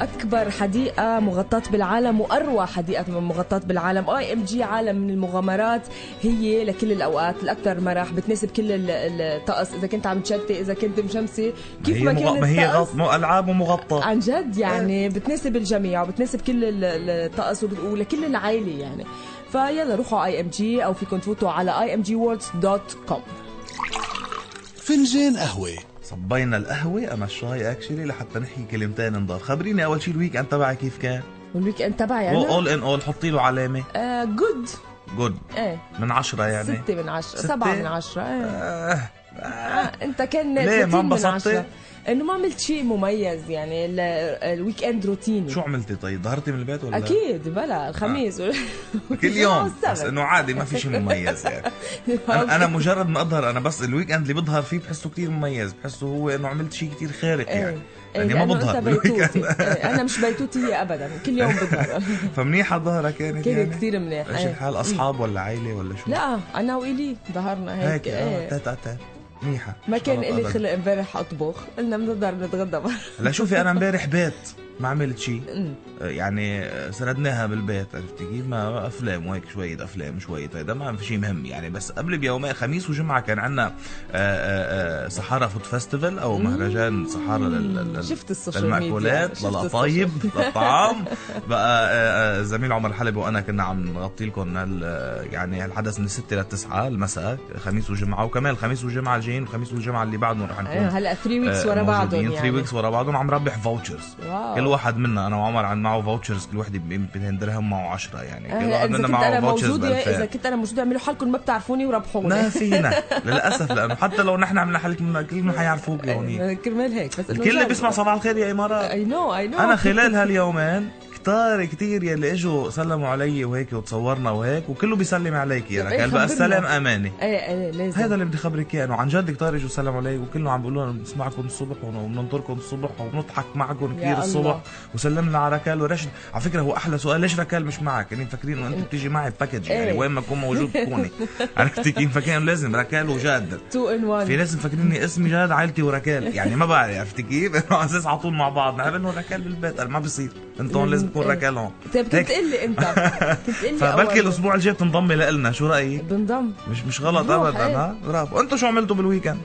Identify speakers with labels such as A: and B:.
A: اكبر حديقه مغطاه بالعالم واروع حديقه مغطاه بالعالم اي ام جي عالم من المغامرات هي لكل الاوقات الاكثر مرح بتناسب كل ال- ال- الطقس اذا كنت عم تشتي اذا كنت مشمسي كيف
B: هي
A: ما
B: مغ...
A: كان
B: ما هي
A: الطقس
B: غط... مو العاب ومغطى
A: عن جد يعني بتناسب الجميع وبتناسب كل ال- ال- الطقس وبت- ولكل العائله يعني فيلا روحوا اي ام جي او فيكم تفوتوا على اي ام جي دوت كوم
C: فنجان قهوة
B: صبينا القهوه اما الشاي اكشلي لحتى نحكي كلمتين نضل خبريني اول شيء الويك اند تبعك كيف كان
A: والويك اند تبعي انا
B: اول ان اول حطي له علامه
A: جود
B: جود
A: ايه
B: من عشرة يعني
A: ستة من عشرة
B: ستة؟
A: سبعة من عشرة ايه
B: آه. آه.
A: آه، انت كان
B: ليه؟
A: 30
B: ما
A: من
B: انبسطتي؟
A: عشرة. انه ما عملت شيء مميز يعني ال- الويك اند روتيني
B: شو عملتي طيب ظهرتي من البيت ولا
A: اكيد بلا الخميس وال-
B: كل يوم
A: والسبت.
B: بس انه عادي ما في شيء مميز يعني انا أنا مجرد ما اظهر انا بس الويك اند اللي بظهر فيه بحسه كتير مميز بحسه هو انه عملت شيء كتير خارق
A: إيه.
B: يعني
A: إيه،
B: لأني ما
A: لأنه
B: بظهر
A: انت
B: بالويك
A: بيتوتي
B: إند.
A: إيه، انا مش بيتوتية ابدا كل يوم بظهر
B: فمنيحه ظهرها كانت
A: كان
B: يعني
A: كثير منيح
B: ايش
A: إيه.
B: الحال اصحاب ولا عائله ولا شو
A: لا انا وإلي ظهرنا هيك
B: هيك اه
A: إيه.
B: تات تات منيحه
A: ما كان
B: شرط
A: إلي
B: أبداً.
A: خلق امبارح اطبخ قلنا بنقدر نتغدى برا
B: هلا شوفي انا امبارح بيت ما عملت شيء
A: أمم.
B: يعني آه، سردناها بالبيت عرفتي كيف ما افلام وهيك شويه افلام شويه هيدا ما في شيء مهم يعني بس قبل بيومين خميس وجمعه كان عندنا آه، صحارى فود فيستيفال او مهرجان صحارى لل- لل-
A: شفت السوشيال ميديا
B: للمأكولات
A: شفت
B: للقطايب
A: السوشيال-
B: للطعام بقى آه، آه، زميل عمر حلبي وانا كنا عم نغطي لكم هال- آه، يعني هالحدث من 6 ل 9 المساء خميس وجمعه وكمان خميس وجمعه الجايين وخميس والجمعه اللي بعدهم رح نكون
A: إيه، هلا 3 ويكس ورا بعضهم
B: يعني 3
A: يعني آه.
B: ويكس ورا بعضهم عم ربح فاوتشرز
A: واو.
B: كل واحد منا انا وعمر عن معه فاوتشرز كل وحده ب 200 درهم معه 10 يعني كل
A: هلا
B: واحد
A: اذا آه،
B: منا
A: كنت
B: معه
A: انا
B: فاوتشرز ب
A: موجوده اذا
B: 2000
A: كنت انا موجوده اعملوا حالكم ما بتعرفوني
B: ما
A: وربحوني
B: فينا للاسف لانه حتى لو نحن عملنا حلقه من كلهم حيعرفوك هونيك
A: آه، كرمال هيك بس
B: الكل اللي بيسمع صباح الخير يا امارات
A: اي نو اي نو
B: انا خلال هاليومين كتار كتير يلي اجوا سلموا علي وهيك وتصورنا وهيك وكله بيسلم عليك يا
A: طب
B: لك
A: إيه،
B: قال بقى
A: خبرنا.
B: السلام امانه
A: ايه ايه لازم
B: هذا اللي بدي خبرك اياه انه عن جد كتار اجوا سلموا علي وكلهم عم بيقولوا لنا بنسمعكم الصبح وبننطركم الصبح وبنضحك معكم كثير
A: الله.
B: الصبح وسلمنا على ركال ورشد على فكره هو احلى سؤال ليش ركال مش معك؟ يعني مفكرين انه انت بتيجي معي بباكج يعني
A: إيه.
B: وين ما اكون موجود تكوني عرفتي كيف فكان لازم ركال وجاد
A: تو ان
B: في
A: وان
B: ناس مفكريني اسمي جاد عائلتي وركال يعني ما بعرف عرفتي كيف انه على اساس على طول مع بعض نعمل لهم ركال بالبيت قال ما بيصير انت هون لازم تكون
A: إيه.
B: ركال هون
A: طيب كنت
B: هيك.
A: قلي انت كنت قلي
B: فبلكي
A: أول.
B: الاسبوع الجاي بتنضمي لنا شو رايك؟
A: بنضم
B: مش مش غلط
A: روح،
B: ابدا
A: إيه.
B: ها برافو انتوا شو عملتوا بالويكند؟